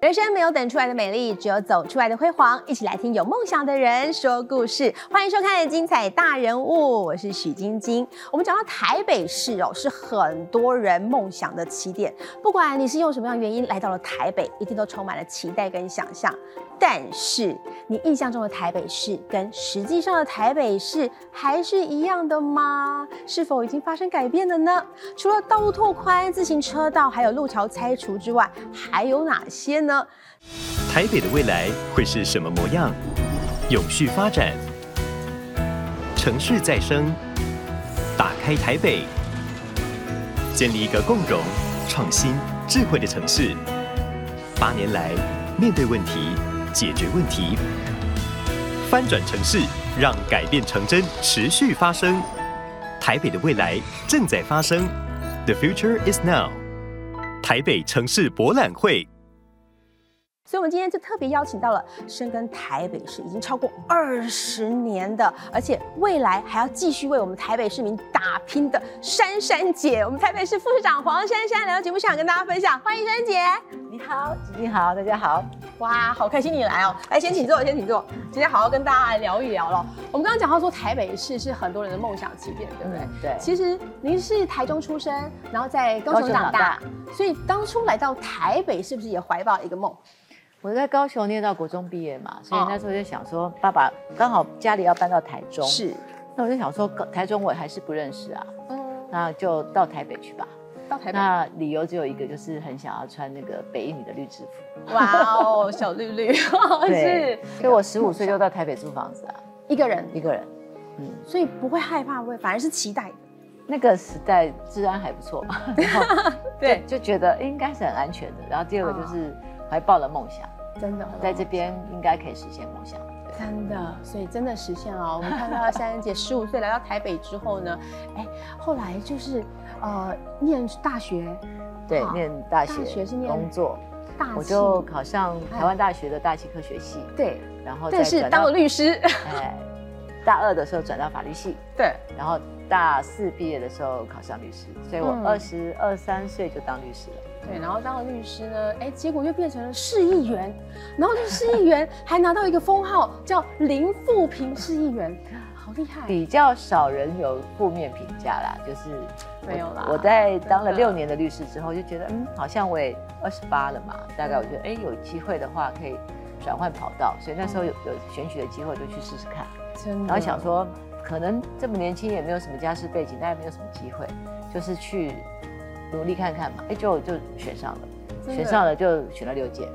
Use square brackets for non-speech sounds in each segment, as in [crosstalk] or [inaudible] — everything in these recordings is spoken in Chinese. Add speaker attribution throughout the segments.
Speaker 1: 人生没有等出来的美丽，只有走出来的辉煌。一起来听有梦想的人说故事，欢迎收看《精彩大人物》，我是许晶晶。我们讲到台北市哦，是很多人梦想的起点。不管你是用什么样的原因来到了台北，一定都充满了期待跟想象。但是，你印象中的台北市跟实际上的台北市还是一样的吗？是否已经发生改变了呢？除了道路拓宽、自行车道还有路桥拆除之外，还有哪些呢？
Speaker 2: 台北的未来会是什么模样？永续发展，城市再生，打开台北，建立一个共融、创新、智慧的城市。八年来，面对问题，解决问题，翻转城市，让改变成真，持续发生。台北的未来正在发生，The future is now。台北城市博览会。
Speaker 1: 所以，我们今天就特别邀请到了深耕台北市已经超过二十年的，而且未来还要继续为我们台北市民打拼的珊珊姐，我们台北市副市长黄珊珊来到节目现场跟大家分享，欢迎珊姐！
Speaker 3: 你好，子怡好，大家好。
Speaker 1: 哇，好开心你来哦！来，先请坐，先请坐。今天好好跟大家来聊一聊了。我们刚刚讲到说，台北市是很多人的梦想起点，对不对？
Speaker 3: 嗯对
Speaker 1: 其实您是台中出生，然后在高雄长大，所以当初来到台北，是不是也怀抱一个梦？
Speaker 3: 我在高雄念到国中毕业嘛，所以
Speaker 1: 哦
Speaker 3: 那时候就想说，爸爸刚好家里要搬到台中，，
Speaker 1: 是，
Speaker 3: 那我就想说，高台中我还是不认识啊，
Speaker 1: 嗯，
Speaker 3: 那就到台北去吧。
Speaker 1: 到台北。
Speaker 3: 那理由只有一个，就是很想要穿那个北一女的绿制服。
Speaker 1: 哇哦，小绿 [laughs] 绿哦是啊
Speaker 3: 所以我十五岁就到台北租房子啊，
Speaker 1: 一个人，
Speaker 3: 一个人。嗯，
Speaker 1: 所以不会害怕，不会，反而是期待的。
Speaker 3: 那个时代治安还
Speaker 1: [laughs]
Speaker 3: 不错嘛，然后
Speaker 1: 对，哦
Speaker 3: 就觉得应该是很安全的。然后第二个就是怀抱了梦想，
Speaker 1: 真的，
Speaker 3: 在这边应该可以实现梦想。对
Speaker 1: 真的，所以真的实现哦了。我们看到珊珊姐十五岁来到台北之后呢， [laughs] 哎，后来就是呃念大学，
Speaker 3: 对
Speaker 1: 好，
Speaker 3: 念大学，
Speaker 1: 大学是念
Speaker 3: 工作，
Speaker 1: 大气
Speaker 3: 我就考上
Speaker 1: 哎
Speaker 3: 台湾大学的大气科学系，
Speaker 1: 对，
Speaker 3: 然后
Speaker 1: 但
Speaker 3: 再
Speaker 1: 是
Speaker 3: 转
Speaker 1: 当
Speaker 3: 到
Speaker 1: 了律师， [laughs]
Speaker 3: 哎，大二的时候转到法律系，
Speaker 1: 对，
Speaker 3: 然后大四毕业的时候考上律师，所以我
Speaker 1: 嗯
Speaker 3: 二十二三岁就当律师了。
Speaker 1: 对，然后当了律师呢，哎，结果又变成了市议员，然后这市议
Speaker 3: [laughs]
Speaker 1: 员还拿到一个封号叫林富平市议员，好厉害，
Speaker 3: 比较少人有负面评价啦，就是
Speaker 1: 没有啦
Speaker 3: 我在当了
Speaker 1: 真的
Speaker 3: 六年的律师之后，就觉得嗯，好像我也二十八了嘛，大
Speaker 1: 嗯
Speaker 3: 概我觉得哎，有机会的话可以转换跑道，所以那时候有有选举的机会就去试试看。
Speaker 1: 真的。
Speaker 3: 然后想说，可能这么年轻也没有什么家世背景，大家没有什么机会，就是去努力看看嘛。哎，就就选上了，
Speaker 1: 真的
Speaker 3: 选上了就选了六届。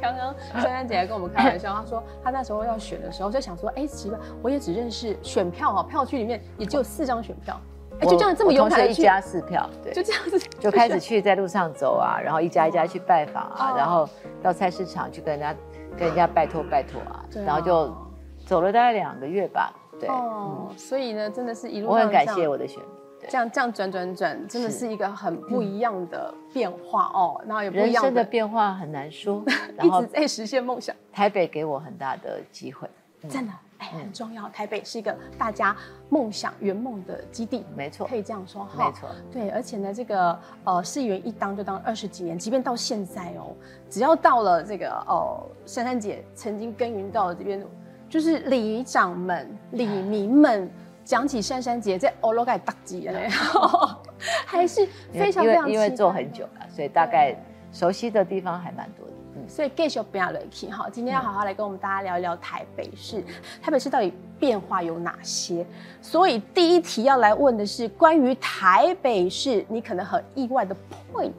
Speaker 1: 刚刚珊珊姐还跟我们开玩笑，她说她那时候要选的时候就想说，哎，奇怪，我也只认识选票哈，票区里面也只有四张选票，哎，
Speaker 3: 我
Speaker 1: 就这样这么
Speaker 3: 我
Speaker 1: 勇
Speaker 3: 同
Speaker 1: 敢
Speaker 3: 学
Speaker 1: 的
Speaker 3: 一
Speaker 1: 去，
Speaker 3: 家四票，对，
Speaker 1: 就
Speaker 3: 就
Speaker 1: 这样子
Speaker 3: 开始去在路上走啊，然后一家一家去拜访啊，
Speaker 1: 哦
Speaker 3: 然后到菜市场去跟人家跟人家拜托拜托啊，
Speaker 1: 对啊
Speaker 3: 然后就走了大概两个月吧。对，
Speaker 1: 哦，所以呢，真的是一路
Speaker 3: 嗯我很
Speaker 1: 上这样
Speaker 3: 感谢我的选民。对
Speaker 1: 这样这样转转转，真的
Speaker 3: 是嗯
Speaker 1: 是一个很不一样的变化哦，然后也不一
Speaker 3: 人
Speaker 1: 样
Speaker 3: 生的
Speaker 1: 的，
Speaker 3: 变化很
Speaker 1: [laughs]
Speaker 3: 难说，然
Speaker 1: 一
Speaker 3: 后
Speaker 1: 直在实现梦想。
Speaker 3: 台北给我很大的机会，嗯
Speaker 1: 真的，哎，
Speaker 3: 嗯
Speaker 1: 很重要。台北是一个大家梦想圆梦的基地，
Speaker 3: 没错
Speaker 1: 可以这样说哈。
Speaker 3: 没错。
Speaker 1: 对，而且呢，这个呃，市议员一当就当二十几年，即便到现在哦，只要到了这个哦，珊珊姐曾经耕耘到的这边，就是里长们、
Speaker 3: [laughs]
Speaker 1: 里民们讲起珊珊姐在欧罗盖大吉嘞， [laughs] 还是
Speaker 3: 因为
Speaker 1: 非常
Speaker 3: 因
Speaker 1: 非常
Speaker 3: 为因为
Speaker 1: 期
Speaker 3: 做
Speaker 1: 待
Speaker 3: 很久了，所以大概熟悉的地方还蛮多的。嗯，
Speaker 1: 所以 g a y 就不要冷气哈，今天要好好来跟我们大家聊一聊台北市，台北市到底变化有哪些？所以第一题要来问的是关于台北市，你可能很意外的 point。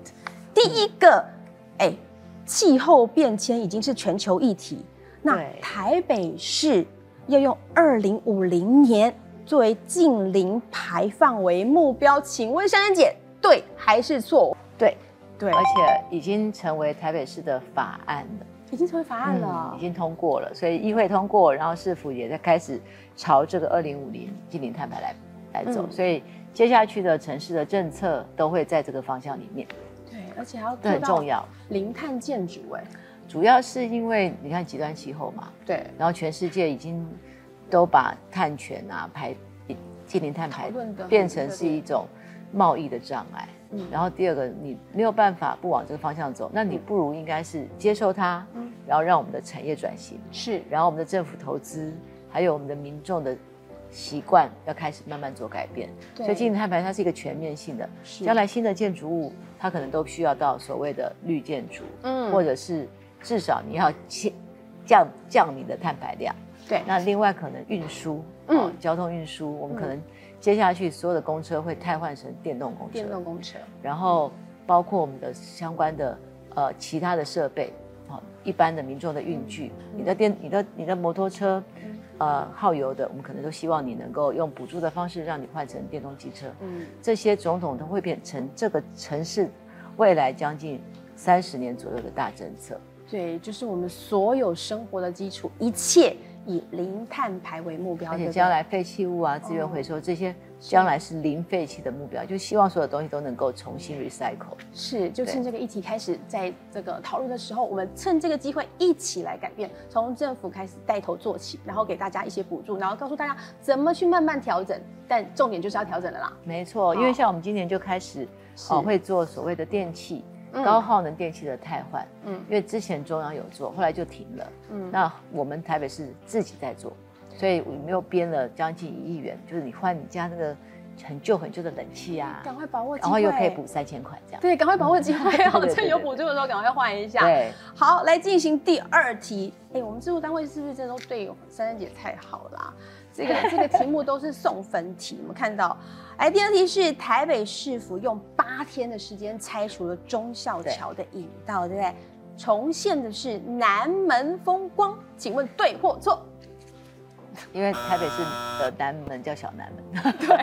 Speaker 1: 第一个，哎，气候变迁已经是全球议题，那
Speaker 3: 对
Speaker 1: 台北市要用二零五零年作为近零排放为目标，请问珊珊姐，对还是错？
Speaker 3: 对，
Speaker 1: 对
Speaker 3: 而且已经成为台北市的法案了，嗯
Speaker 1: 已经成为法案了，
Speaker 3: 已经通过了，所以议会通过，然后市府也在开始朝这个二零五零近零碳排来来走，
Speaker 1: 嗯
Speaker 3: 所以接下去的城市的政策都会在这个方向里面，
Speaker 1: 对，而且还要
Speaker 3: 这
Speaker 1: 做
Speaker 3: 很
Speaker 1: 到
Speaker 3: 重要。
Speaker 1: 零碳建筑哎、
Speaker 3: 主要是因为你看极端气候嘛，
Speaker 1: 对，
Speaker 3: 然后全世界已经都把碳权啊排近零碳
Speaker 1: 讨
Speaker 3: 排
Speaker 1: 论的
Speaker 3: 变成是一种贸易的障碍，
Speaker 1: 嗯
Speaker 3: 然后第二个你没有办法不往这个方向走，那你不如应该是接受它，
Speaker 1: 嗯
Speaker 3: 然后让我们的产业转型，
Speaker 1: 是
Speaker 3: 然后我们的政府投资，还有我们的民众的习惯要开始慢慢做改变。
Speaker 1: 对
Speaker 3: 所以经营碳排它是一个全面性的，
Speaker 1: 是
Speaker 3: 将来新的建筑物它可能都需要到所谓的绿建筑，
Speaker 1: 嗯
Speaker 3: 或者是至少你要降降降你的碳排量。
Speaker 1: 对
Speaker 3: 那另外可能运输，
Speaker 1: 嗯
Speaker 3: 嗯，交通运输，我们可能接下去所有的公车会汰换成电动公车，
Speaker 1: 电动公车
Speaker 3: 然后包括我们的相关的呃其他的设备，好、一般的民众的运具，
Speaker 1: 嗯
Speaker 3: 你的电、你的你的摩托车，呃，耗油的，我们可能都希望你能够用补助的方式让你换成电动机车，
Speaker 1: 嗯
Speaker 3: 这些种种都会变成这个城市未来将近三十年左右的大政策。
Speaker 1: 对，就是我们所有生活的基础，一切以零碳排为目标，
Speaker 3: 而
Speaker 1: 对不
Speaker 3: 且
Speaker 1: 对哦
Speaker 3: 将来废弃物啊、资源回收这些，将来是零废弃的目标，就希望所有东西都能够重新 recycle。
Speaker 1: 是，就
Speaker 3: 对
Speaker 1: 趁这个议题开始在这个讨论的时候，我们趁这个机会一起来改变，从政府开始带头做起，然后给大家一些补助，然后告诉大家怎么去慢慢调整，但重点就是要调整了啦。
Speaker 3: 没错，因为像我们今年就开始
Speaker 1: 是
Speaker 3: 哦，会做所谓的电器、
Speaker 1: 嗯
Speaker 3: 高耗能电器的汰换，
Speaker 1: 嗯
Speaker 3: 因为之前中央有做，后来就停了。
Speaker 1: 嗯
Speaker 3: 那我们台北市自己在做，所以我们又编了将近一亿元，就是你换你家那个很旧很旧的冷气啊，
Speaker 1: 赶快把握机
Speaker 3: 然
Speaker 1: 会，
Speaker 3: 后又可以补三千块这样。
Speaker 1: 对，赶快把握机会哦，
Speaker 3: [laughs] 对对对对
Speaker 1: 趁有补助的时候赶快换一下。
Speaker 3: 对，
Speaker 1: 好，来进行第二题。哎，我们制作单位是不是这都对珊珊姐太好啦？这个这个题目都是送分题，我们看到。哎，第二题是台北市府用八天的时间拆除了忠孝桥的引道，对不对？重现的是南门风光，请问对或错？
Speaker 3: 因为台北市的南门叫小南门。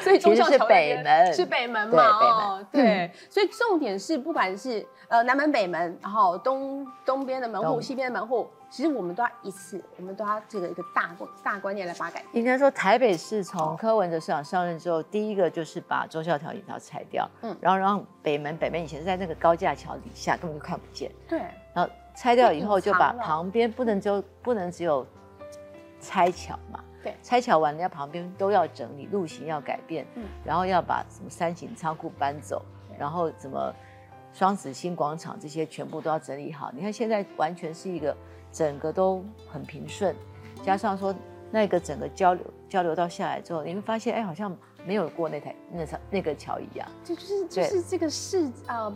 Speaker 1: 所以忠孝
Speaker 3: 其
Speaker 1: 桥
Speaker 3: 实是
Speaker 1: 那边
Speaker 3: 北门
Speaker 1: 是北门
Speaker 3: 对
Speaker 1: 嘛？
Speaker 3: 北嗯
Speaker 1: 哦，对，所以重点是不管是呃南门、北门，然后东东边的门户、
Speaker 3: 东
Speaker 1: 西边的门户，其实我们都要一次，我们都要这个一个大观大观念来把它改变。
Speaker 3: 应该说，台北市从柯文哲市长上任之后，第一个就是把忠孝桥引道拆掉，
Speaker 1: 嗯
Speaker 3: 嗯，然后让北门北门以前是在那个高架桥底下，根本就看不见，
Speaker 1: 对，
Speaker 3: 然后拆掉以后
Speaker 1: 就
Speaker 3: 就
Speaker 1: 隐藏
Speaker 3: 把
Speaker 1: 了嗯
Speaker 3: 旁边不能就不能只有拆桥嘛，
Speaker 1: 对
Speaker 3: 拆桥完人家旁边都要整理，路型要改变，
Speaker 1: 嗯
Speaker 3: 然后要把什么三井仓库搬走
Speaker 1: 对，
Speaker 3: 然后怎么双子星广场这些全部都要整理好。你看现在完全是一个整个都很平顺，
Speaker 1: 嗯
Speaker 3: 加上说那个整个交流交流道下来之后，你会发现哎，好像没有过那台那条那个桥一样，
Speaker 1: 这就是就
Speaker 3: 对
Speaker 1: 是这个市呃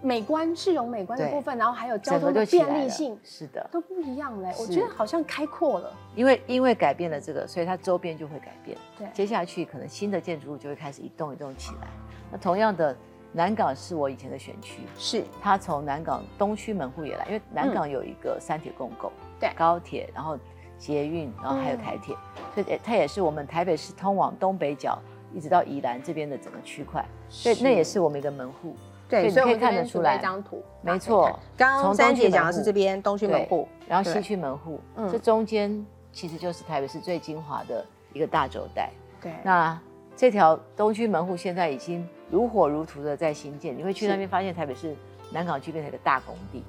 Speaker 1: 美观市容美观的
Speaker 3: 对
Speaker 1: 部分，然后还有交
Speaker 3: 整个
Speaker 1: 通
Speaker 3: 就
Speaker 1: 的
Speaker 3: 起来
Speaker 1: 便
Speaker 3: 了
Speaker 1: 利性
Speaker 3: 是的，
Speaker 1: 都不一样嘞。我
Speaker 3: 是
Speaker 1: 觉得好像开阔了，
Speaker 3: 因为因为改变了这个，所以它周边就会改变。
Speaker 1: 对
Speaker 3: 接下去可能新的建筑物就会开始一栋一栋起来。那同样的，南港是我以前的选区，
Speaker 1: 是
Speaker 3: 它从南港东区门户也来，因为南港有一个三铁共构，
Speaker 1: 嗯对嗯
Speaker 3: 高铁，然后捷运，然后还有台铁，所以它也是我们台北市通往东北角一直到宜兰这边的整个区块，所以那也是我们一个门户。
Speaker 1: 对，所
Speaker 3: 所以
Speaker 1: 以
Speaker 3: 你
Speaker 1: 我
Speaker 3: 可
Speaker 1: 们这
Speaker 3: 以看
Speaker 1: 边
Speaker 3: 得
Speaker 1: 准
Speaker 3: 出
Speaker 1: 备
Speaker 3: 来
Speaker 1: 一张图，
Speaker 3: 没错，
Speaker 1: 大家可以看。刚刚
Speaker 3: 从
Speaker 1: 珊
Speaker 3: 东
Speaker 1: 姐
Speaker 3: 区门户
Speaker 1: 讲的是这边东区门户，
Speaker 3: 然后
Speaker 1: 对
Speaker 3: 西区门户
Speaker 1: 嗯，
Speaker 3: 这中间其实就是台北市最精华的一个大轴带。
Speaker 1: 对，
Speaker 3: 那这条东区门户现在已经如火如荼的在新建，你会去
Speaker 1: 是
Speaker 3: 那边发现台北市南港区变成一个大工地，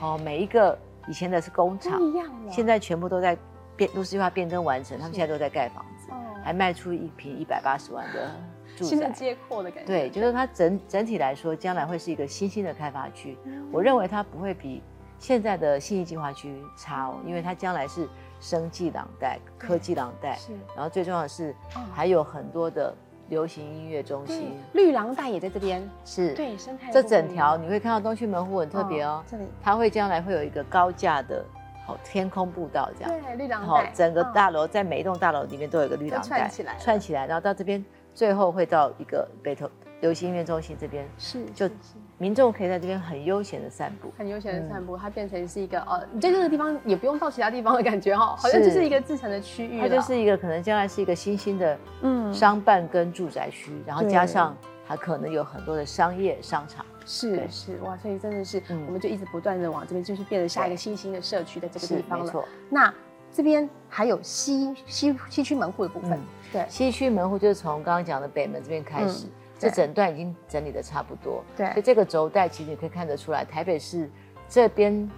Speaker 3: 哦，每一个以前的是工厂
Speaker 1: 不，一样了。
Speaker 3: 现在全部都在变都市计划变更完成，他
Speaker 1: 嗯
Speaker 3: 们
Speaker 1: 是
Speaker 3: 现在都在盖房子，
Speaker 1: 哦
Speaker 3: 还卖出一平一百八十万的住
Speaker 1: 新的
Speaker 3: 宅。
Speaker 1: 街阔的感觉。
Speaker 3: 对，就是它整整体来说，将来会是一个新兴的开发区。
Speaker 1: 嗯
Speaker 3: 我认为它不会比现在的信义计划区差哦，因为它将来是生技廊带、科技廊带，
Speaker 1: 是
Speaker 3: 然后最重要的是
Speaker 1: 嗯
Speaker 3: 还有很多的流行音乐中
Speaker 1: 对
Speaker 3: 心，
Speaker 1: 绿廊带也在这边，
Speaker 3: 是
Speaker 1: 对，嗯生态
Speaker 3: 这
Speaker 1: 都不一
Speaker 3: 整
Speaker 1: 样
Speaker 3: 条你会看到东区门户很特别哦，
Speaker 1: 这里
Speaker 3: 它会将来会有一个高架的好天空步道这样。
Speaker 1: 对绿廊
Speaker 3: 好
Speaker 1: 带，，
Speaker 3: 整个
Speaker 1: 嗯
Speaker 3: 大楼在每一栋大楼里面都有一个绿
Speaker 1: 都
Speaker 3: 廊
Speaker 1: 串
Speaker 3: 带
Speaker 1: 起来了
Speaker 3: 串起来，然后到这边最后会到一个北投流行音乐中心这边，
Speaker 1: 是
Speaker 3: 就是
Speaker 1: 是
Speaker 3: 民众可以在这边很悠闲的散步。
Speaker 1: 很悠
Speaker 3: 嗯
Speaker 1: 闲的散步，它变成是一个呃，你在这个地方也不用到其他地方的感觉哈，好像就是一个自成的区域
Speaker 3: 它
Speaker 1: 了，
Speaker 3: 就是一个可能将来是一个新兴的
Speaker 1: 嗯
Speaker 3: 商办跟住宅区，然后
Speaker 1: 对
Speaker 3: 加上它可能有很多的商业商场。
Speaker 1: 是
Speaker 3: 对
Speaker 1: 是哇，所以真的是
Speaker 3: 嗯
Speaker 1: 我们就一直不断的往这边，就是变成下一个
Speaker 3: 对
Speaker 1: 新兴的社区在这个
Speaker 3: 是
Speaker 1: 地方
Speaker 3: 没
Speaker 1: 了。
Speaker 3: 错，
Speaker 1: 那这边还有西西西区门户的部分
Speaker 3: 嗯，
Speaker 1: 对
Speaker 3: 西区门户就是从刚刚讲的北门这边开始，
Speaker 1: 嗯对
Speaker 3: 这整段已经整理的差不多。
Speaker 1: 对
Speaker 3: 所以这个轴带其实你可以看得出来，台北市这边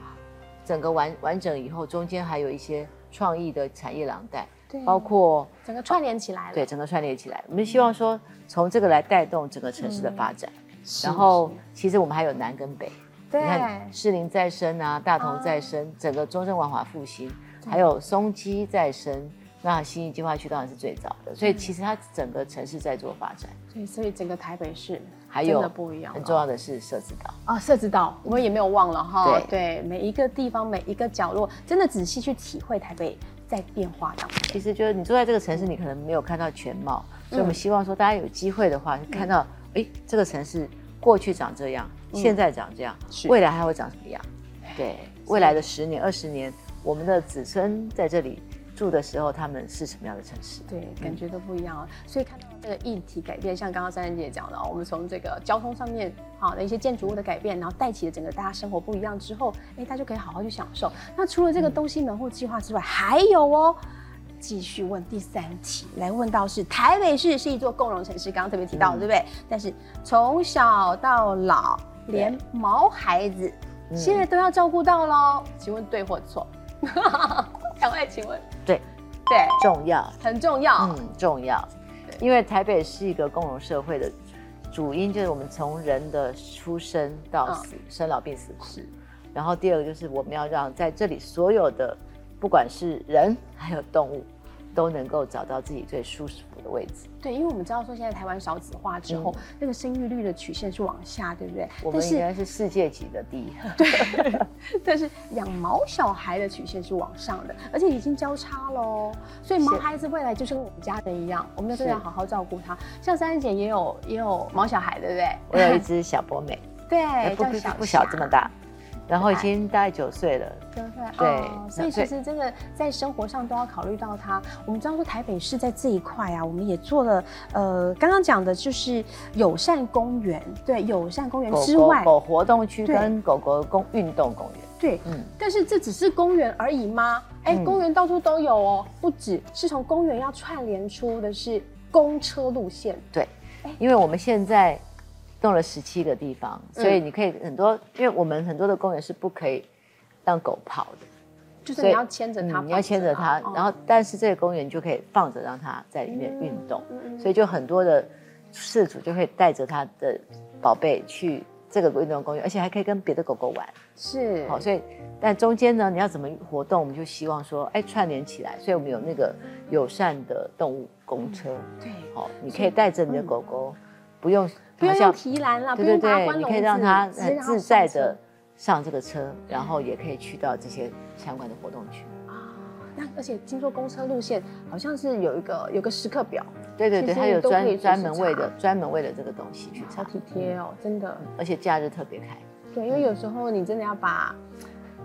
Speaker 3: 整个完完整以后，中间还有一些创意的产业廊带，
Speaker 4: 对
Speaker 3: 包括
Speaker 4: 整个串联起来了。
Speaker 3: 对，整个串联起来。我们希望说从这个来带动整个城市的发展。
Speaker 4: 是，
Speaker 3: 然后其实我们还有南跟北，
Speaker 4: 对
Speaker 3: 你看士林再生啊，大同
Speaker 1: 哦
Speaker 3: 再生，整个中正文化复兴，
Speaker 4: 对
Speaker 3: 还有松基再生。那新义计划区当然是最早的，所
Speaker 1: 嗯
Speaker 3: 以其实它整个城市在做发展，
Speaker 1: 对，所以整个台北市
Speaker 3: 还
Speaker 1: 真
Speaker 3: 有
Speaker 1: 的不一样了，
Speaker 3: 很重要的是社子岛。
Speaker 1: 啊，社子岛我们也没有忘了哈。
Speaker 3: 对
Speaker 1: 对，每一个地方每一个角落，真的仔细去体会台北在变化当中。
Speaker 3: 其实就是你住在这个城市，你可能没有看到全貌，所以我
Speaker 1: 嗯
Speaker 3: 们希望说大家有机会的话，看到哎这个城市过去长这样，现在长这样，
Speaker 1: 嗯是
Speaker 3: 未来还会长什么样？对，未来的十年、二十年，我们的子孙在这里住的时候，他们是什么样的城市？
Speaker 1: 对，感觉都不一样
Speaker 3: 嗯
Speaker 1: 了。所以看到这个议题改变，像刚刚珊珊姐讲的哦，我们从这个交通上面好的一些建筑物的改变，然后带起了整个大家生活不一样之后，哎，大家就可以好好去享受。那除了这个东西门户计划之外，还有哦。继续问第三题，来问到是台北市是一座共荣城市，刚刚特别提到了，
Speaker 3: 嗯
Speaker 1: 对不对？但是从小到老，
Speaker 3: 对
Speaker 1: 连毛孩子
Speaker 3: 嗯
Speaker 1: 现在都要照顾到喽，请问对或错？ [laughs] 两位，请问
Speaker 3: 对，
Speaker 1: 对，
Speaker 3: 重要，
Speaker 1: 很重要。
Speaker 3: 嗯，重要，因为台北是一个共荣社会的主因，就是我们从人的出生
Speaker 1: 嗯
Speaker 3: 到死，生老病死苦。然后第二个就是我们要让在这里所有的，不管是人还有动物，都能够找到自己最舒服的位置。
Speaker 1: 对，因为我们知道说现在台湾少子化之后，那个生育率的曲线是往下，对不对？
Speaker 3: 嗯我
Speaker 1: 但
Speaker 3: 们应
Speaker 1: 是
Speaker 3: 该是世界级的
Speaker 1: [laughs]
Speaker 3: 第一。
Speaker 1: 但是养毛小孩的曲线是往上的，而且已经交叉喽。所以毛
Speaker 3: 是
Speaker 1: 孩子未来就是跟我们家人一样，我们要真的要
Speaker 3: 是
Speaker 1: 好好照顾他。像珊珊姐也有也有毛小孩，对不对？[laughs]
Speaker 3: 我有一只小博美，
Speaker 1: 对，
Speaker 3: 哎不
Speaker 1: 叫
Speaker 3: 不
Speaker 1: 小
Speaker 3: 不小
Speaker 1: 霞
Speaker 3: 这么，大，然后已经大概九岁了。
Speaker 1: 对不对？
Speaker 3: 对
Speaker 1: 哦所以
Speaker 3: 那
Speaker 1: 其
Speaker 3: 对
Speaker 1: 实真的在生活上都要考虑到他。我们知道说台北市在这一块啊，我们也做了呃，刚刚讲的就是友善公园，对，友善公园
Speaker 3: 狗
Speaker 1: 之
Speaker 3: 狗
Speaker 1: 外，
Speaker 3: 狗活动区
Speaker 1: 对
Speaker 3: 跟狗狗公运动公园，
Speaker 1: 对，
Speaker 3: 嗯，
Speaker 1: 但是这只是公园而已吗？哎、
Speaker 3: 嗯
Speaker 1: 公园到处都有哦，不止是从公园要串联出的是公车路线，
Speaker 3: 因为我们现在弄了十七个地方，
Speaker 1: 嗯
Speaker 3: 所以你可以很多，因为我们很多的公园是不可以让狗跑的。
Speaker 1: 就是
Speaker 3: 所以
Speaker 1: 你要牵着哦它、
Speaker 3: 嗯你要牵着它，
Speaker 1: 放
Speaker 3: 然后但是这个公园你就可以放着让它在里面运动，
Speaker 1: 嗯嗯嗯
Speaker 3: 所以就很多的饲主就会带着他的宝贝去这个运动公园，而且还可以跟别的狗狗玩。
Speaker 1: 是
Speaker 3: 好，所以但中间呢，你要怎么活动，我们就希望说，哎，串联起来，所以我们有那个友善的动物公车，
Speaker 1: 对，
Speaker 3: 好，你可以带着你的狗狗，不用
Speaker 1: 嗯不用用
Speaker 3: 好像
Speaker 1: 提篮啊啦，不
Speaker 3: 对
Speaker 1: 用
Speaker 3: 对
Speaker 1: 把它关笼
Speaker 3: 对，你
Speaker 1: 子，
Speaker 3: 可以让它
Speaker 1: 直接
Speaker 3: 很
Speaker 1: 让它
Speaker 3: 自在
Speaker 1: 上车
Speaker 3: 的上这个车，然后也可以去到这些相关的活动区。
Speaker 1: 啊。那而且听说公车路线好像是有一个有个时刻表，
Speaker 3: 对对
Speaker 1: 其
Speaker 3: 对，
Speaker 1: 实
Speaker 3: 它有
Speaker 1: 都可以去
Speaker 3: 专专
Speaker 1: 市
Speaker 3: 门为
Speaker 1: 场
Speaker 3: 的专门为了这个东西去
Speaker 1: 好
Speaker 3: 查，
Speaker 1: 体贴哦，真的。
Speaker 3: 而且假日特别开。
Speaker 1: 对，因为有时候你真的要把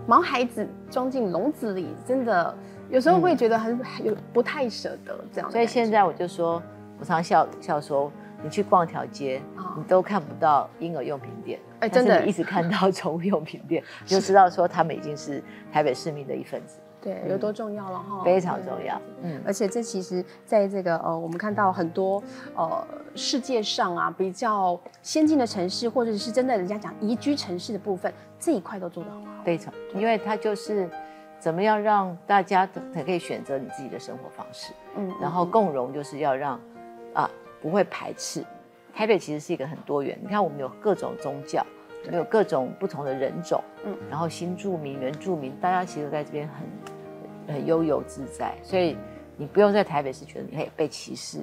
Speaker 1: 毛孩子装进笼子里，真的有时候会觉得很有不太舍得这样的感觉。
Speaker 3: 嗯所以现在我就说，我常笑笑说，你去逛条街，
Speaker 1: 哦
Speaker 3: 你都看不到婴儿用品店，
Speaker 1: 哎
Speaker 3: 但
Speaker 1: 真
Speaker 3: 是
Speaker 1: 的
Speaker 3: 你一直看到宠物用品店，
Speaker 1: [laughs]
Speaker 3: 你就知道说他们已经是台北市民的一份子，
Speaker 1: 对
Speaker 3: 嗯
Speaker 1: 有多重要了哈，
Speaker 3: 非常重
Speaker 1: 哦对。
Speaker 3: 要。嗯，
Speaker 1: 而且这其实在这个呃，我们看到很多呃世界上啊比较先进的城市，或者是真的人家讲宜居城市的部分，这一块都做得很好。
Speaker 3: 非常，因为它就是怎么样让大家都可以选择你自己的生活方式。
Speaker 1: 嗯，
Speaker 3: 然后共融就是要让啊不会排斥。台北其实是一个很多元，你看我们有各种宗教，我们有各种不同的人种，
Speaker 1: 嗯
Speaker 3: 嗯，然后新住民、原住民，大家其实都在这边很很悠游自在，所以你不用在台北市觉得你会被歧视，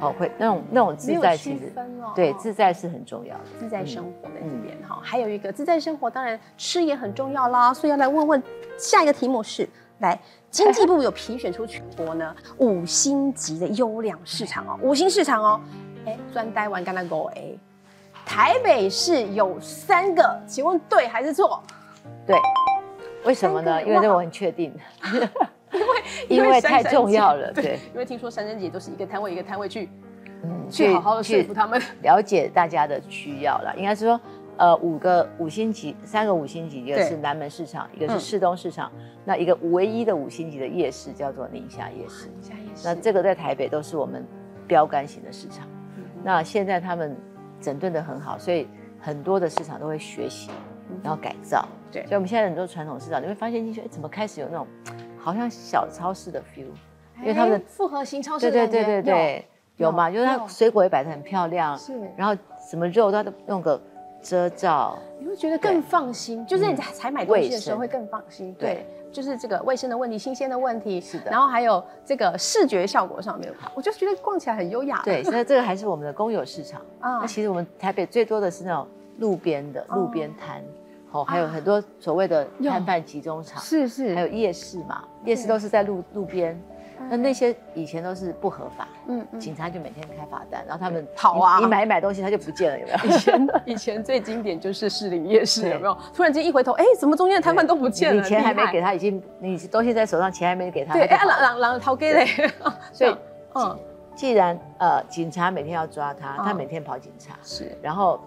Speaker 3: 哦，会那种那种
Speaker 1: 没
Speaker 3: 自
Speaker 1: 有
Speaker 3: 在
Speaker 1: 区
Speaker 3: 其实
Speaker 1: 分哦
Speaker 3: 对
Speaker 1: 哦
Speaker 3: 自在是很重要的。
Speaker 1: 自在生活在这边
Speaker 3: 嗯
Speaker 1: 哈、还有一个自在生活，当然吃也很重要啦，所以要来问问下一个题目是，来经济部有评选出全国呢五星级的优良市场哦，五星市场哦，哎，专呆完干那狗哎，台北市有三个，请问对还是错？
Speaker 3: 对，为什么
Speaker 1: 三
Speaker 3: 呢？
Speaker 1: 个
Speaker 3: 因为这
Speaker 1: 哇
Speaker 3: 个我很确定，因为太重要了，对，
Speaker 1: 因为听说珊珊姐都是一个摊位一个摊位去
Speaker 3: 嗯
Speaker 1: 去好好的说
Speaker 3: 去
Speaker 1: 服他们，
Speaker 3: 了解大家的需要
Speaker 1: 嗯
Speaker 3: 啦，应该是说，呃，五个五星级，三个五星级，一个
Speaker 1: 对
Speaker 3: 是南门市场，一个
Speaker 1: 嗯
Speaker 3: 是市东市场，那一个唯一的五星级的夜市叫做宁夏夜市。
Speaker 1: 下一
Speaker 3: 那这个在台北都是我们标杆型的市场。
Speaker 1: 嗯
Speaker 3: 那现在他们整顿的很好，所以很多的市场都会学习，然后改造。
Speaker 1: 嗯对
Speaker 3: 所以我们现在很多传统市场，你会发现进去，哎，怎么开始有那种好像小超市的 feel？因为他们的
Speaker 1: 哎复合型超市
Speaker 3: 对
Speaker 1: 的感
Speaker 3: 对
Speaker 1: 觉，
Speaker 3: 对对对，有嘛？
Speaker 1: 有
Speaker 3: 就是它
Speaker 1: 有
Speaker 3: 水果也摆得很漂亮
Speaker 1: 有，，是，
Speaker 3: 然后什么肉它都用个遮罩，
Speaker 1: 你会觉得更放心，就是你才买东西的时候
Speaker 3: 嗯卫
Speaker 1: 会更放心，
Speaker 3: 对
Speaker 1: 对。就是这个卫生的问题、新鲜的问题，
Speaker 3: 是的
Speaker 1: 然后还有这个视觉效果上面，我就觉得逛起来很优雅。
Speaker 3: [laughs] 对，所以这个还是我们的公有市场。
Speaker 1: 啊
Speaker 3: 那，其实我们台北最多的是那种路边的
Speaker 1: 哦
Speaker 3: 路边摊，哦，还有很多所谓的
Speaker 1: 有
Speaker 3: 摊贩集中场，
Speaker 1: 是是，
Speaker 3: 还有夜市嘛，夜市
Speaker 1: 对
Speaker 3: 都是在路路边。那
Speaker 1: 嗯
Speaker 3: 那些以前都是不合法，
Speaker 1: 嗯嗯
Speaker 3: 警察就每天开罚单，然后他们
Speaker 1: 跑啊
Speaker 3: 你你买一买东西他就不见了，有 [laughs] 没有？
Speaker 1: 以前以前最经典就是士林夜市，
Speaker 3: 对
Speaker 1: 有没有？突然间一回头，哎，怎么中间的摊贩都不见了？
Speaker 3: [laughs] 你钱还没给
Speaker 1: 他，
Speaker 3: 他，已经你东西在手上，钱还没给他，
Speaker 1: 对，
Speaker 3: 他
Speaker 1: 哎，
Speaker 3: 就跑
Speaker 1: 狼
Speaker 3: 了
Speaker 1: 狼狼逃给嘞，这
Speaker 3: 所以
Speaker 1: 样 [laughs] 嗯，
Speaker 3: 既然呃警察每天要抓他，他
Speaker 1: 嗯
Speaker 3: 每天跑警察，
Speaker 1: 是，
Speaker 3: 然后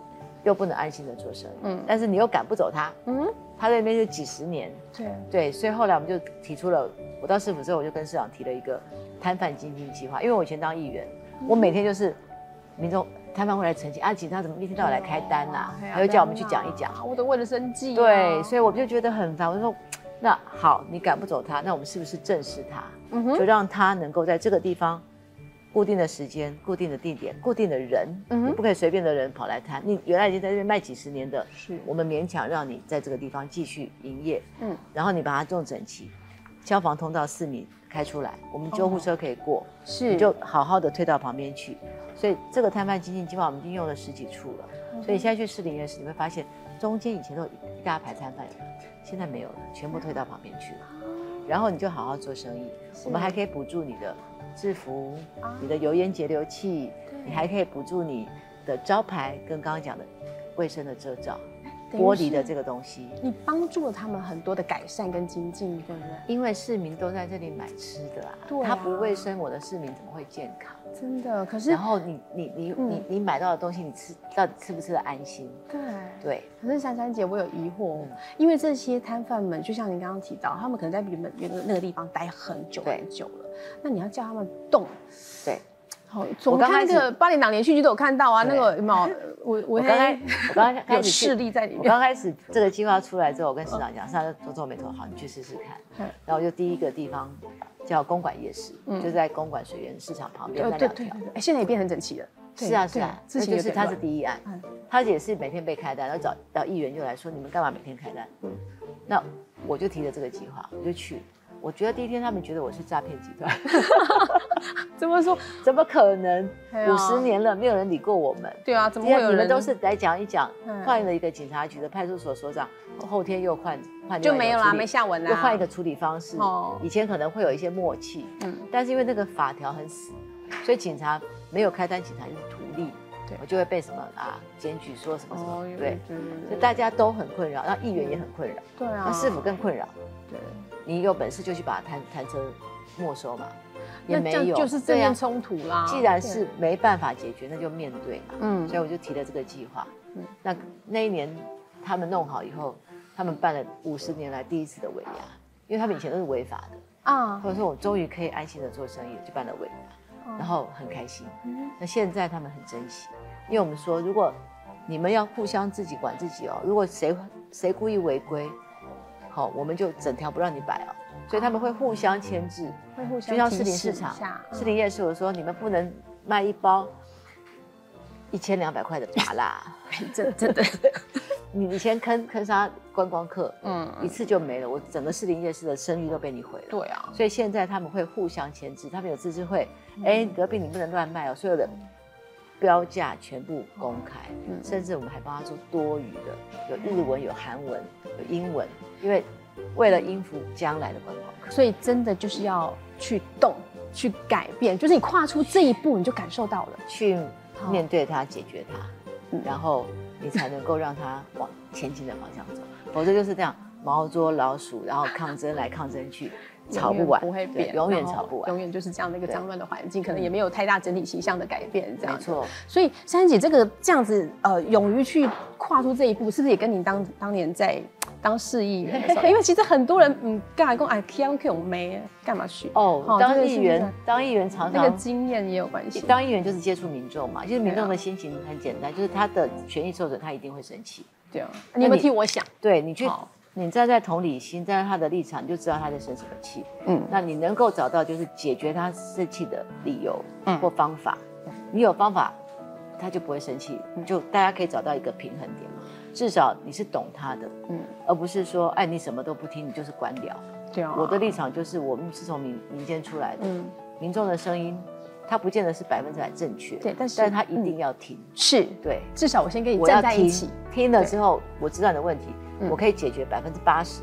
Speaker 3: 又不能安心的做生意，
Speaker 1: 嗯
Speaker 3: 但是你又赶不走他，
Speaker 1: 嗯，
Speaker 3: 他在那边就几十年，
Speaker 1: 对，
Speaker 3: 对，所以后来我们就提出了，我到市府之后，我就跟市长提了一个摊贩经济计划，因为我以前当议员，我每天就是民众摊贩会来澄清啊，警察怎么一天到晚来开单呐、
Speaker 1: 哎呀
Speaker 3: 他就叫我们去讲一讲，，
Speaker 1: 我都为了生计啊。
Speaker 3: 对，所以我就觉得很烦，我就说。那好，你赶不走他，那我们是不是正视他，
Speaker 1: 嗯
Speaker 3: 就
Speaker 1: 哼，
Speaker 3: 让他能够在这个地方固定的时间、固定的地点、固定的人，
Speaker 1: 嗯哼
Speaker 3: 你不可以随便的人跑来摊。你原来已经在这边卖几十年的，
Speaker 1: 是
Speaker 3: 我们勉强让你在这个地方继续营业，
Speaker 1: 嗯，
Speaker 3: 然后你把它种整齐，消防通道四米开出来，我们救护
Speaker 1: 哦
Speaker 3: 车可以过，
Speaker 1: 是
Speaker 3: 你就好好的推到旁边去。所以这个摊贩经济计划我们已经用了十几处了，
Speaker 1: 嗯
Speaker 3: 所以现在去士林夜市你会发现，中间以前都有一大排摊贩，现在没有了，全部推到旁边去了。
Speaker 1: 哦
Speaker 3: 然后你就好好做生意，我们还可以补助你的制服、
Speaker 1: 啊
Speaker 3: 你的油烟节流器，
Speaker 1: 对
Speaker 3: 你还可以补助你的招牌，跟刚刚讲的卫生的遮罩、
Speaker 1: 等于
Speaker 3: 玻璃的
Speaker 1: 是
Speaker 3: 这个东西。
Speaker 1: 你帮助了他们很多的改善跟精进，对不对？
Speaker 3: 因为市民都在这里买吃的啊，
Speaker 1: 对啊
Speaker 3: 他不卫生，我的市民怎么会健康？
Speaker 1: 真的，可是
Speaker 3: 然后你你你
Speaker 1: 嗯
Speaker 3: 你你买到的东西，你吃到底吃不吃的安心？
Speaker 1: 对。
Speaker 3: 对，
Speaker 1: 可是珊珊姐，我有疑惑哦
Speaker 3: 嗯，
Speaker 1: 因为这些摊贩们，就像您刚刚提到，他们可能在原本原本那个地方待很久
Speaker 3: 对
Speaker 1: 很久了，那你要叫他们动，
Speaker 3: 对，
Speaker 1: 好，总
Speaker 3: 刚
Speaker 1: 看
Speaker 3: 开
Speaker 1: 那个
Speaker 3: 始
Speaker 1: 八点档连续剧都有看到啊，那
Speaker 3: 对
Speaker 1: 个有没 [laughs] 有？我我
Speaker 3: 我刚开
Speaker 1: 还 [laughs]
Speaker 3: 我刚刚
Speaker 1: 有
Speaker 3: 开始去
Speaker 1: 势力在里
Speaker 3: 我
Speaker 1: 面，
Speaker 3: 刚开始这个计划出来之后，我跟市长讲，市长就皱皱眉头，好，你去试试看
Speaker 1: 嗯。
Speaker 3: 然后我就第一个地方叫公馆夜市，
Speaker 1: 嗯
Speaker 3: 就在公馆水源市场旁边
Speaker 1: 对
Speaker 3: 那
Speaker 1: 对
Speaker 3: 两
Speaker 1: 对，
Speaker 3: 条。
Speaker 1: 对哎，现在也变很整齐了，对
Speaker 3: 是啊
Speaker 1: 对
Speaker 3: 是啊，
Speaker 1: 之
Speaker 3: 这
Speaker 1: 前有
Speaker 3: 就是
Speaker 1: 点
Speaker 3: 他是
Speaker 1: 乱
Speaker 3: 第一案
Speaker 1: 嗯，
Speaker 3: 他也是每天被开单，然后找找议员就来说你们干嘛每天开单？
Speaker 1: 嗯
Speaker 3: 那我就提了这个计划，我就去。我觉得第一天他们觉得我是诈骗集团， [laughs]
Speaker 1: 怎么说？
Speaker 3: 怎么可能？
Speaker 1: 哎呀
Speaker 3: 五十年了，没有人理过我们。
Speaker 1: 对啊，怎么
Speaker 3: 今
Speaker 1: 会
Speaker 3: 天
Speaker 1: 有
Speaker 3: 你
Speaker 1: 人
Speaker 3: 们都是来讲一讲
Speaker 1: 嗯，
Speaker 3: 换了一个警察局的派出所所长，后天又换换另
Speaker 1: 就
Speaker 3: 外一个
Speaker 1: 没有
Speaker 3: 处
Speaker 1: 啦，
Speaker 3: 理
Speaker 1: 没下文啦，
Speaker 3: 又换一个处理方式。
Speaker 1: 哦
Speaker 3: 以前可能会有一些默契，
Speaker 1: 嗯，
Speaker 3: 但是因为那个法条很死，所以警察没有开单，警察就是图利，
Speaker 1: 对
Speaker 3: 我就会被什么啊检举说什么什么，
Speaker 1: 哦，
Speaker 3: 对
Speaker 1: 对，对
Speaker 3: 所
Speaker 1: 对
Speaker 3: 以大家都很困扰，然后议员也很困扰，
Speaker 1: 对啊，
Speaker 3: 那市府更困扰。
Speaker 1: 对，
Speaker 3: 你有本事就去把摊摊车没收嘛，也
Speaker 1: 那
Speaker 3: 没
Speaker 1: 这样
Speaker 3: 有，
Speaker 1: 就是正
Speaker 3: 对呀
Speaker 1: 面冲突啦。
Speaker 3: 既然是没办法解决，那就面对嘛。
Speaker 1: 啊嗯
Speaker 3: 所以我就提了这个计划。
Speaker 1: 嗯
Speaker 3: 那那一年他们弄好以后，他们办了五十年来第一次的尾牙，因为他们以前都是违法的。
Speaker 1: 啊，
Speaker 3: 或者说我终于可以安心的做生意了，就办了尾
Speaker 1: 哦
Speaker 3: 牙，然后很开心。
Speaker 1: 嗯
Speaker 3: 那现在他们很珍惜，因为我们说，如果你们要互相自己管自己哦，如果谁谁故意违规，好、我们就整条不让你摆哦。所以他们会互相牵制。
Speaker 1: 会互
Speaker 3: 就
Speaker 1: 相
Speaker 3: 像士
Speaker 1: 提
Speaker 3: 林市
Speaker 1: 醒一
Speaker 3: 场
Speaker 1: 下，，
Speaker 3: 士嗯林夜市，我说你们不能卖一包一千两百块的麻辣，
Speaker 1: 嗯真真
Speaker 3: [laughs]
Speaker 1: 的，
Speaker 3: 你以前坑坑杀观光客，
Speaker 1: 嗯，
Speaker 3: 一次就没了，我整个士林夜市的声誉都被你毁了。
Speaker 1: 对啊，
Speaker 3: 所以现在他们会互相牵制，他们有自治会，
Speaker 1: 嗯
Speaker 3: 哎、隔壁你不能乱卖哦，所有的标价全部公开，
Speaker 1: 嗯
Speaker 3: 甚至我们还帮他做多余的，有日文、有韩文、有英文，因为为了应付将来的观光客。
Speaker 1: 所以真的就是要去动，去改变，就是你跨出这一步，你就感受到了。
Speaker 3: 去
Speaker 1: 好
Speaker 3: 面对它、解决它
Speaker 1: 哦嗯，
Speaker 3: 然后你才能够让它往前进的方向走，否则就是这样毛捉老鼠，然后抗争来抗
Speaker 1: [laughs]
Speaker 3: 争去，吵不完，
Speaker 1: 永远不会
Speaker 3: 对
Speaker 1: 变，
Speaker 3: 永远
Speaker 1: 然后
Speaker 3: 吵不完
Speaker 1: 永，远就是这样的一个
Speaker 3: 对嗯
Speaker 1: 脏乱的环境，可能也没有太大整体形象的改变，这
Speaker 3: 没
Speaker 1: 样。
Speaker 3: 错。
Speaker 1: 所以珊珊姐这个这样子，呃，勇于去跨出这一步，是不是也跟你当当年在当市议员的时候？ [laughs] 因为其实很多人，嗯，干嘛跟哎 k n k 我妹干嘛去？
Speaker 3: 哦，
Speaker 1: 这
Speaker 3: 当
Speaker 1: 个
Speaker 3: 议
Speaker 1: 是不
Speaker 3: 员
Speaker 1: 是，
Speaker 3: 当议员常
Speaker 1: 那个
Speaker 3: 常。
Speaker 1: 经验也有关系。
Speaker 3: 当议员就是接触民众嘛，就是民众
Speaker 1: 对
Speaker 3: 的
Speaker 1: 啊
Speaker 3: 心情很简单，就是他的权益受损，他一定会生气。
Speaker 1: 对啊，你有没有替我想？
Speaker 3: 对你去
Speaker 1: 好
Speaker 3: 你站在同理心，站在他的立场，你就知道他在生什么气。
Speaker 4: 嗯
Speaker 3: 那你能够找到就是解决他生气的理由
Speaker 4: 嗯
Speaker 3: 或方法，你有方法，他就不会生气，就大家可以找到一个平衡点嘛。至少你是懂他的，
Speaker 4: 嗯
Speaker 3: 嗯，而不是说哎你什么都不听，你就是官僚。
Speaker 1: 对啊，
Speaker 3: 我的立场就是我们是从民民间出来的，
Speaker 1: 嗯，
Speaker 3: 民众的声音，他不见得是百分之百正确，
Speaker 1: 对但是
Speaker 3: 但是他一定要听，
Speaker 4: 是
Speaker 3: 对，
Speaker 1: 至少我先跟你
Speaker 3: 我要
Speaker 1: 站在
Speaker 3: 听
Speaker 1: 一起，，
Speaker 3: 听了之后我知道你的问题，
Speaker 1: 嗯
Speaker 3: 我可以解决百分之八十，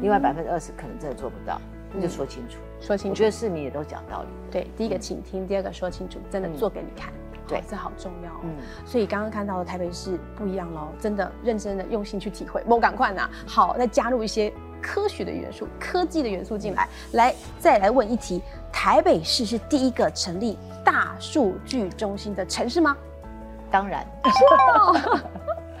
Speaker 3: 另外百分之二十可能真的做不到，
Speaker 1: 嗯
Speaker 3: 那就说清楚。
Speaker 1: 说清
Speaker 3: 我
Speaker 1: 楚
Speaker 3: 觉。得市民也都讲道理，
Speaker 1: 对，第一个倾听，第二个说清楚，真的
Speaker 3: 嗯
Speaker 1: 做给你看。
Speaker 3: 对
Speaker 1: 好这好重要哦。
Speaker 3: 嗯，
Speaker 1: 所以刚刚看到的台北市不一样喽，真的认真的用心去体会，某赶快呐，好，再加入一些科学的元素、科技的元素进来，来再来问一题：台北市是第一个成立大数据中心的城市吗？
Speaker 3: 当然，
Speaker 1: 哦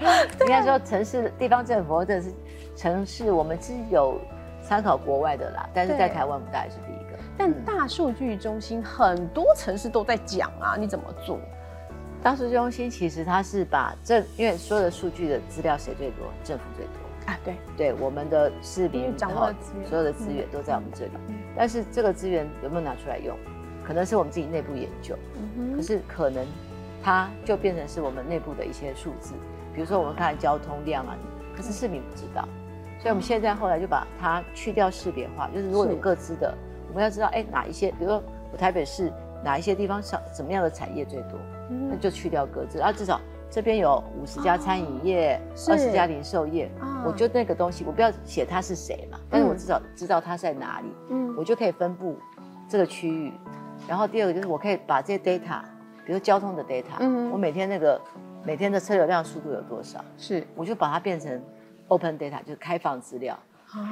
Speaker 3: [laughs]
Speaker 1: 啊
Speaker 3: 应该说城市地方政府或者是城市，我们是有参考国外的啦，但是
Speaker 1: 对
Speaker 3: 在台湾我们大概是第一个。
Speaker 1: 但
Speaker 3: 嗯
Speaker 1: 大数据中心很多城市都在讲啊，你怎么做？
Speaker 3: 大数据中心其实它是把政，因为所有的数据的资料谁最多？政府最多。
Speaker 1: 啊，对，
Speaker 3: 对，我们的市
Speaker 1: 因为
Speaker 3: 民
Speaker 1: 掌握
Speaker 3: 然后
Speaker 1: 了资源嗯
Speaker 3: 所有的资源都在我们这里。但是这个资源有没有拿出来用，可能是我们自己内部研究，可
Speaker 1: 嗯
Speaker 3: 是可能它就变成是我们内部的一些数字，比如说我们看交通量啊，可是市民不知道，所以我们现在后来就把它去掉识别化，就是如果有
Speaker 1: 嗯是
Speaker 3: 各自的，我们要知道，哎，哪一些，比如说我台北市哪一些地方上怎么样的产业最多，那
Speaker 1: 哼，
Speaker 3: 就去掉各自，然后啊至少这边有五十家餐饮业，
Speaker 1: 哦是
Speaker 3: 二十家零售业
Speaker 1: 啊，
Speaker 3: 我就那个东西，我不要写它是谁嘛，但是我至少知道它在哪里，
Speaker 1: 嗯
Speaker 3: 我就可以分布这个区域。然后第二个就是我可以把这些 data，比如交通的 data，
Speaker 1: 嗯
Speaker 3: 我每天那个每天的车流量速度有多少，
Speaker 1: 是，
Speaker 3: 我就把它变成 open data，就是开放资料。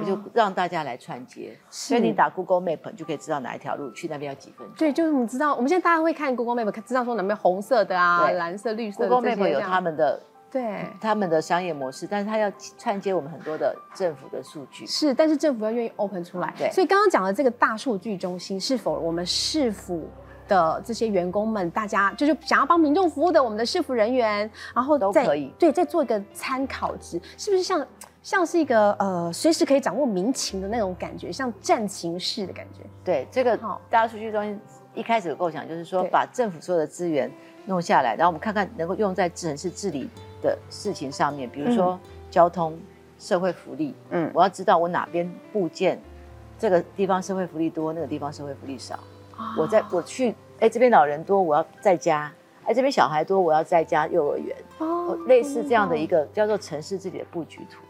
Speaker 3: 我就
Speaker 1: 啊
Speaker 3: 让大家来串接，所以你打 Google Map 你就可以知道哪一条路去那边要几分钟。
Speaker 1: 对，就是我们知道，我们现在大家会看 Google Map，知道说哪边红色的啊、
Speaker 3: 对
Speaker 1: 蓝色、绿色的
Speaker 3: Google
Speaker 1: 这些
Speaker 3: Map 有
Speaker 1: 这样
Speaker 3: 他们的
Speaker 1: 对。
Speaker 3: 他们的商业模式，但是它要串接我们很多的政府的数据。
Speaker 1: 是，但是政府要愿意 open 出来。
Speaker 3: 对
Speaker 1: 所以刚刚讲的这个大数据中心，是否我们市府的这些员工们，大家就是想要帮民众服务的我们的市府人员，然后
Speaker 3: 都
Speaker 1: 再
Speaker 3: 可以
Speaker 1: 对再做一个参考值，是不是像像是一个呃随时可以掌握民情的那种感觉，像战情室的感觉？
Speaker 3: 对，这个
Speaker 1: 好
Speaker 3: 大数据中心一开始的构想就是说，
Speaker 1: 对
Speaker 3: 把政府所有的资源弄下来，然后我们看看能够用在城市治理的事情上面，比如说
Speaker 1: 嗯
Speaker 3: 交通、社会福利。
Speaker 4: 嗯
Speaker 3: 我要知道我哪边部件，这个地方社会福利多，那个地方社会福利少。我在
Speaker 1: 啊
Speaker 3: 我去，哎，这边老人多，我要在家；哎，这边小孩多，我要在家幼儿园。
Speaker 1: 哦
Speaker 3: 类似这样的一个叫做城市治理的布局图。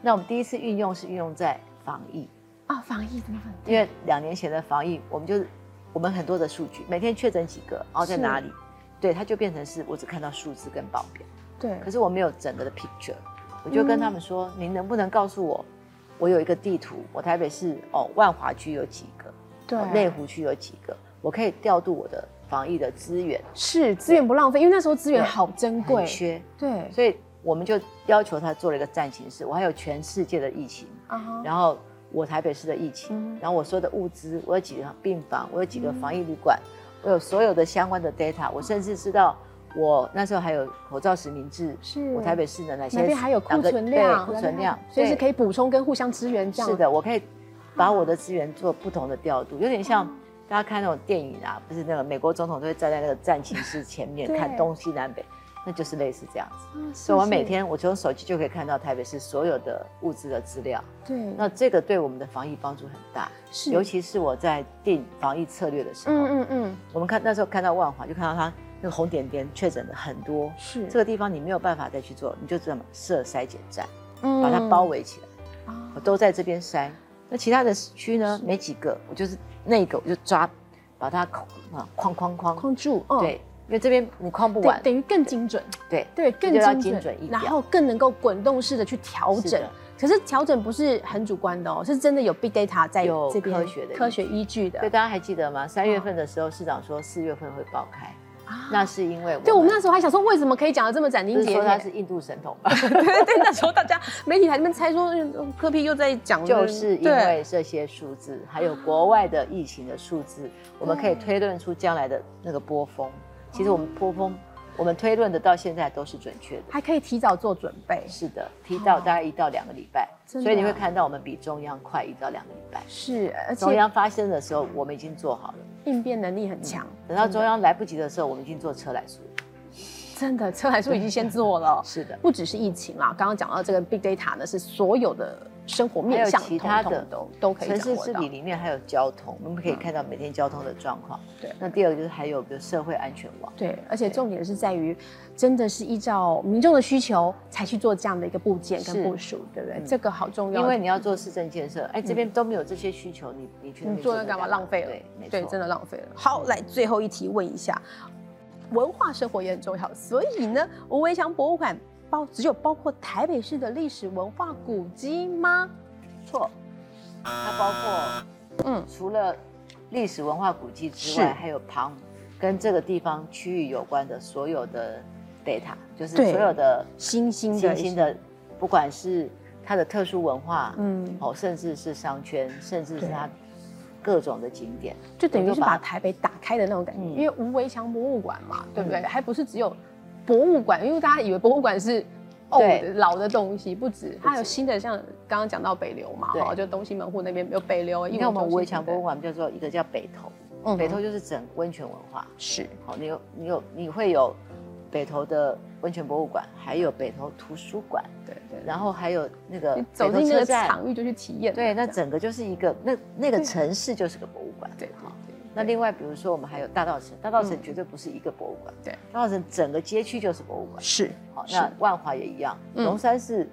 Speaker 3: 那我们第一次运用是运用在防疫，
Speaker 1: 啊、防疫怎么办？
Speaker 3: 因为两年前的防疫，我们就是我们很多的数据，每天确诊几个，然后在
Speaker 1: 是
Speaker 3: 哪里，对，它就变成是我只看到数字跟报表，
Speaker 1: 对嗯
Speaker 3: 可是我没有整个的 picture。我就跟他们说，您能不能告诉我，我有一个地图，我台北市哦万华区有几个，哦
Speaker 1: 对
Speaker 3: 内湖区有几个，我可以调度我的防疫的资源，
Speaker 1: 是资源不浪费，因为那时候资源
Speaker 3: 对
Speaker 1: 好珍
Speaker 3: 很
Speaker 1: 贵。
Speaker 3: 缺，
Speaker 1: 对
Speaker 3: 所以我们就要求他做了一个战情室，我还有全世界的疫情，
Speaker 1: 啊哈，
Speaker 3: 然后我台北市的疫情，
Speaker 1: 嗯
Speaker 3: 然后我说的物资，我有几个病房，我有几个防疫旅馆，我有所有的相关的 data，我甚至知道我那时候还有口罩实名制，
Speaker 1: 是
Speaker 3: 我台北市的哪些
Speaker 1: 哪边还有库
Speaker 3: 哪个
Speaker 1: 存量，
Speaker 3: 对库存量，
Speaker 1: 所以是可
Speaker 3: 以
Speaker 1: 以补充跟互相支援这样。
Speaker 3: 是的，我可以把我的资源做不同的调度，有点像。
Speaker 1: 嗯
Speaker 3: 大家看那种电影啊，不是那个美国总统都会站在那个战情室前面
Speaker 1: 对
Speaker 3: 看东西南北，那就是类似这样子。
Speaker 1: 啊，
Speaker 3: 所以我每
Speaker 1: 是
Speaker 3: 天我从手机就可以看到台北市所有的物资的资料，
Speaker 1: 对，
Speaker 3: 那这个对我们的防疫帮助很大，
Speaker 1: 是
Speaker 3: 尤其是我在定防疫策略的时候，
Speaker 1: 嗯嗯嗯，
Speaker 3: 我们看那时候看到万华，就看到它那个红点点确诊的很多，
Speaker 1: 是
Speaker 3: 这个地方你没有办法再去做，你就这么设筛检站，
Speaker 1: 嗯
Speaker 3: 把它包围起来，
Speaker 1: 啊
Speaker 3: 我都在这边筛。那其他的区呢，没几个，我就是那个我就抓，把它框啊框框框，
Speaker 1: 框住，嗯，
Speaker 3: 对，因为这边你框不
Speaker 1: 等
Speaker 3: 完，
Speaker 1: 等于更精准，
Speaker 3: 对
Speaker 1: 对，更
Speaker 3: 就要
Speaker 1: 精
Speaker 3: 精
Speaker 1: 准，
Speaker 3: 准一
Speaker 1: 然
Speaker 3: 点
Speaker 1: 后更能够滚动式的去调
Speaker 3: 是
Speaker 1: 整
Speaker 3: 的。
Speaker 1: 可是调整不是很主观的哦，是真的有 big data 在
Speaker 3: 有
Speaker 1: 这边
Speaker 3: 科学的
Speaker 1: 科
Speaker 3: 依
Speaker 1: 学依据的
Speaker 3: 对，。大家还记得吗？三月份的时候，市长说四月份会爆开，
Speaker 1: 啊
Speaker 3: 那是因为
Speaker 1: 对，我们那时候还想说，为什么可以讲的这么斩
Speaker 3: 不
Speaker 1: 钉
Speaker 3: 是
Speaker 1: 截
Speaker 3: 说他
Speaker 1: 铁？ [laughs]
Speaker 3: 是印度神童吧？
Speaker 1: 对对，那时候大家媒体还在那边猜说，嗯科比又在讲，
Speaker 3: [laughs] 就是因
Speaker 1: 对
Speaker 3: 为这些数字，还有国外的疫情的数字，我们可以推论出将来的那个波峰。其实我们波峰我们推论的到现在都是准确的。
Speaker 1: 还可以提早做准备。
Speaker 3: 是的，提到大概一到两个礼拜，
Speaker 1: 真的
Speaker 3: 所以你会
Speaker 1: 啊
Speaker 3: 看到我们比中央快一到两个礼拜。
Speaker 1: 是，而
Speaker 3: 中
Speaker 1: 且
Speaker 3: 央发生的时候，我们已经做好了；
Speaker 1: 应变能力很强。
Speaker 3: 等到中央来不及的时候，我们已经做车来速。
Speaker 1: 嗯真的，车来说已经先做了。
Speaker 3: 是的，
Speaker 1: [laughs] 不只是疫情啦，刚刚讲到这个 big data 呢，是所有的生活面向，
Speaker 3: 还有其他的
Speaker 1: 统统都都可以
Speaker 3: 城
Speaker 1: 掌
Speaker 3: 市
Speaker 1: 握
Speaker 3: 治
Speaker 1: 到
Speaker 3: 理。里面还有交通，我们可以看到每天交通的状况。
Speaker 1: 对
Speaker 3: 那第二个就是还有比如社会安全网。
Speaker 1: 对，而且重点是在于，真的是依照民众的需求才去做这样的一个部件跟
Speaker 3: 是
Speaker 1: 部署，对不对？
Speaker 3: 嗯
Speaker 1: 这个好重要，
Speaker 3: 因为你要做市政建设，哎，这边都没有这些需求，你你去那
Speaker 1: 你
Speaker 3: 边
Speaker 1: 嗯做
Speaker 3: 那
Speaker 1: 那干嘛？浪费了，
Speaker 3: 对，没
Speaker 1: 对，
Speaker 3: 错，
Speaker 1: 真的浪费了。好，来最后一题问一下，文化生活也很重要，所以呢，吴文祥博物馆包只有包括台北市的历史文化古迹吗？
Speaker 3: 错。它包括
Speaker 1: 嗯，
Speaker 3: 除了历史文化古迹之外，
Speaker 1: 是
Speaker 3: 还有旁跟这个地方区域有关的所有的 data，就是
Speaker 1: 对
Speaker 3: 所有的
Speaker 1: 新兴的
Speaker 3: 新兴的，不管是它的特殊文化，
Speaker 1: 嗯，
Speaker 3: 哦，甚至是商圈，甚至是
Speaker 1: 对
Speaker 3: 它各种的景点，
Speaker 1: 就等于是
Speaker 3: 我就
Speaker 1: 把
Speaker 3: 把
Speaker 1: 台北打开的那种感觉，
Speaker 3: 嗯
Speaker 1: 因为无围墙博物馆嘛，对不对？
Speaker 3: 嗯
Speaker 1: 还不是只有博物馆，因为大家以为博物馆是。哦
Speaker 3: 对，
Speaker 1: 老的东西不止，它有新的，像刚刚讲到北流嘛，
Speaker 3: 对
Speaker 1: 哈，就东西门户那边有北流，
Speaker 3: 你看我们
Speaker 1: 五
Speaker 3: 围墙博物馆叫做一个叫北投，
Speaker 1: 馆
Speaker 3: 北投就是整温泉文化，
Speaker 1: 是
Speaker 3: 好，你有你有你会有北投的温泉博物馆，还有北投图书馆，
Speaker 1: 对对，
Speaker 3: 然后还有那个
Speaker 1: 你
Speaker 3: 北
Speaker 1: 走
Speaker 3: 投
Speaker 1: 进那
Speaker 3: 车
Speaker 1: 个
Speaker 3: 站，
Speaker 1: 场域就去体验了。
Speaker 3: 对，那
Speaker 1: 这样
Speaker 3: 整个就是一个那那个
Speaker 1: 对
Speaker 3: 城市就是个博物馆。
Speaker 1: 对对
Speaker 3: 好
Speaker 1: 对
Speaker 3: 那另外比如说我们还有大稻城，大稻城
Speaker 1: 嗯
Speaker 3: 绝对不是一个博物馆，
Speaker 1: 对，
Speaker 3: 大稻城整个街区就是博物馆。
Speaker 1: 是
Speaker 3: 好，
Speaker 1: 是
Speaker 3: 那万华也一样，
Speaker 1: 嗯
Speaker 3: 龙山寺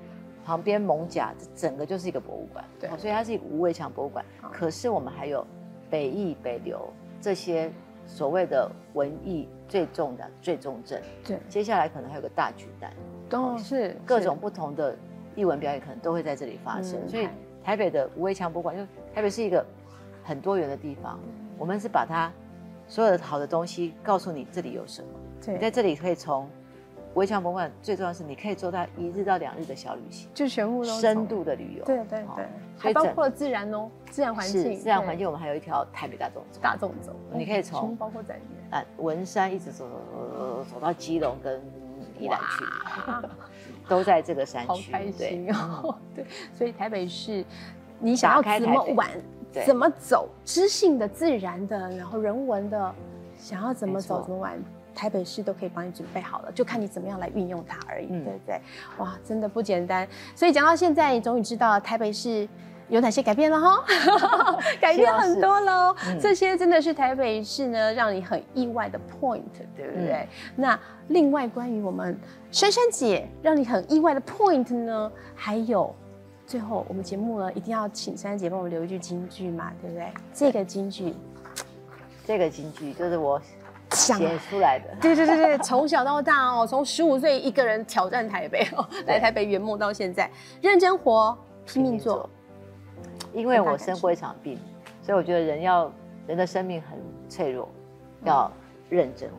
Speaker 3: 旁边蒙甲这整个就是一个博物馆，
Speaker 1: 对
Speaker 3: 好所以它是一个无围墙博物馆
Speaker 1: 好。
Speaker 3: 可是我们还有北艺、北流这些所谓的文艺最重的最重镇，
Speaker 1: 对，
Speaker 3: 接下来可能还有个大巨蛋，
Speaker 1: 都是
Speaker 3: 各种不同的艺文表演可能都会在这里发生。
Speaker 1: 嗯
Speaker 3: 所以台北的无围墙博物馆，因为台北是一个很多元的地方，
Speaker 1: 嗯
Speaker 3: 我们是把它所有的好的东西告诉你这里有什么。
Speaker 1: 对
Speaker 3: 你在这里可以从围墙博物馆，最重要的是你可以做到一日到两日的小旅行，
Speaker 1: 就全部都
Speaker 3: 深度的旅游。
Speaker 1: 对对
Speaker 3: 好
Speaker 1: 对，
Speaker 3: 所
Speaker 1: 还
Speaker 3: 以
Speaker 1: 包
Speaker 3: 整
Speaker 1: 括自然哦，自然环
Speaker 3: 是
Speaker 1: 境，
Speaker 3: 自然
Speaker 1: 对
Speaker 3: 环境，我们还有一条台北大众走，
Speaker 1: 大众走，
Speaker 3: 你可以
Speaker 1: 嗯
Speaker 3: 从
Speaker 1: 全部包括在里面。
Speaker 3: 啊，文山一直走走走走走到基隆跟宜兰去， [laughs] 都在这个山
Speaker 1: 好
Speaker 3: 区。
Speaker 1: 开
Speaker 3: 对嗯
Speaker 1: 心哦！对，所以台北市，你想要
Speaker 3: 打开
Speaker 1: 怎
Speaker 3: 台
Speaker 1: 么
Speaker 3: 北
Speaker 1: 玩，
Speaker 3: 对
Speaker 1: 怎么走，知性的、自然的，然后人文的，想要怎么走、
Speaker 3: 没错
Speaker 1: 怎么玩，台北市都可以帮你准备好了，就看你怎么样来运用它而已，
Speaker 3: 嗯
Speaker 1: 对不对？哇，真的不简单。所以讲到现在，你终于知道台北市。有哪些改变了哈？ [laughs] 改变很多喽，
Speaker 3: 嗯
Speaker 1: 这些真的是台北市呢，让你很意外的 point，对不对？
Speaker 3: 嗯
Speaker 1: 那另外关于我们珊珊姐让你很意外的 point 呢，还有最后我们节目呢一定要请珊珊姐帮我们留一句金句嘛，对不对？这个金句
Speaker 3: 这个京剧就是我
Speaker 1: 想。
Speaker 3: 写出来的。
Speaker 1: [laughs] 对对对对，从小到大哦，从十五岁一个人挑战台北哦，来台北圆梦到现在，认真活，拼命做，
Speaker 3: 因为我生过一场病，所以我觉得人要人的生命很脆弱，
Speaker 1: 嗯
Speaker 3: 要认真活。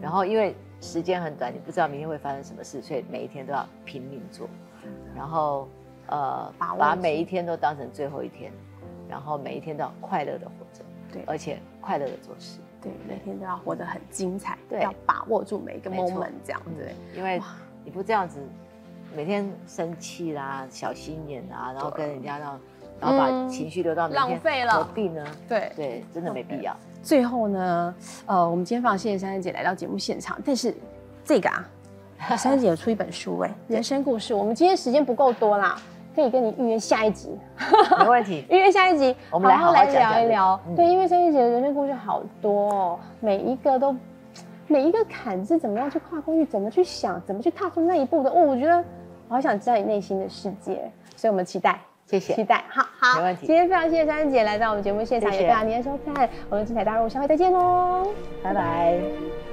Speaker 3: 然后因为时间很短，你不知道明天会发生什么事，所以每一天都要拼命做。然后呃，
Speaker 1: 把握
Speaker 3: 把
Speaker 1: 住
Speaker 3: 每一天都当成最后一天，然后每一天都要快乐的活着，
Speaker 1: 对
Speaker 3: 而且快乐的做事。
Speaker 1: 对，每天都要活得很精彩，
Speaker 3: 对
Speaker 1: 要把握住每一个
Speaker 3: 没错
Speaker 1: moment，这样对。，
Speaker 3: 因为
Speaker 1: 哇
Speaker 3: 你不这样子，每天生气啦、小心眼啊，然后跟人家让，然后
Speaker 1: 嗯
Speaker 3: 把情绪留到明天
Speaker 1: 浪费了
Speaker 3: 何必呢？
Speaker 1: 对
Speaker 3: 对，真的没必要。
Speaker 1: 最后呢，呃，我们今天非常谢谢珊珊姐来到节目现场，但是这
Speaker 3: [laughs]
Speaker 1: 个啊，珊珊姐有出一本书哎、人生故事。我们今天时间不够多啦，可以跟你预约下一集，
Speaker 3: 没问题。
Speaker 1: 预约下一集，
Speaker 3: 我们来好好
Speaker 1: 来
Speaker 3: 讲讲
Speaker 1: 聊一
Speaker 3: 这个
Speaker 1: 聊。
Speaker 3: 嗯
Speaker 1: 对，因为珊珊姐的人生故事好多、哦，每一个都，每一个坎是怎么样去跨过去，怎么去想，怎么去踏出那一步的。哦，我觉得我好想知道你内心的世界，所以我们期待。
Speaker 3: 谢谢
Speaker 1: 期待，好好，
Speaker 3: 没问题
Speaker 1: 今天非常谢谢珊珊姐来到我们节目现场，
Speaker 3: 谢谢
Speaker 1: 哦也非常您的收看，我们精彩大陆，下回再见喽。
Speaker 3: 拜拜。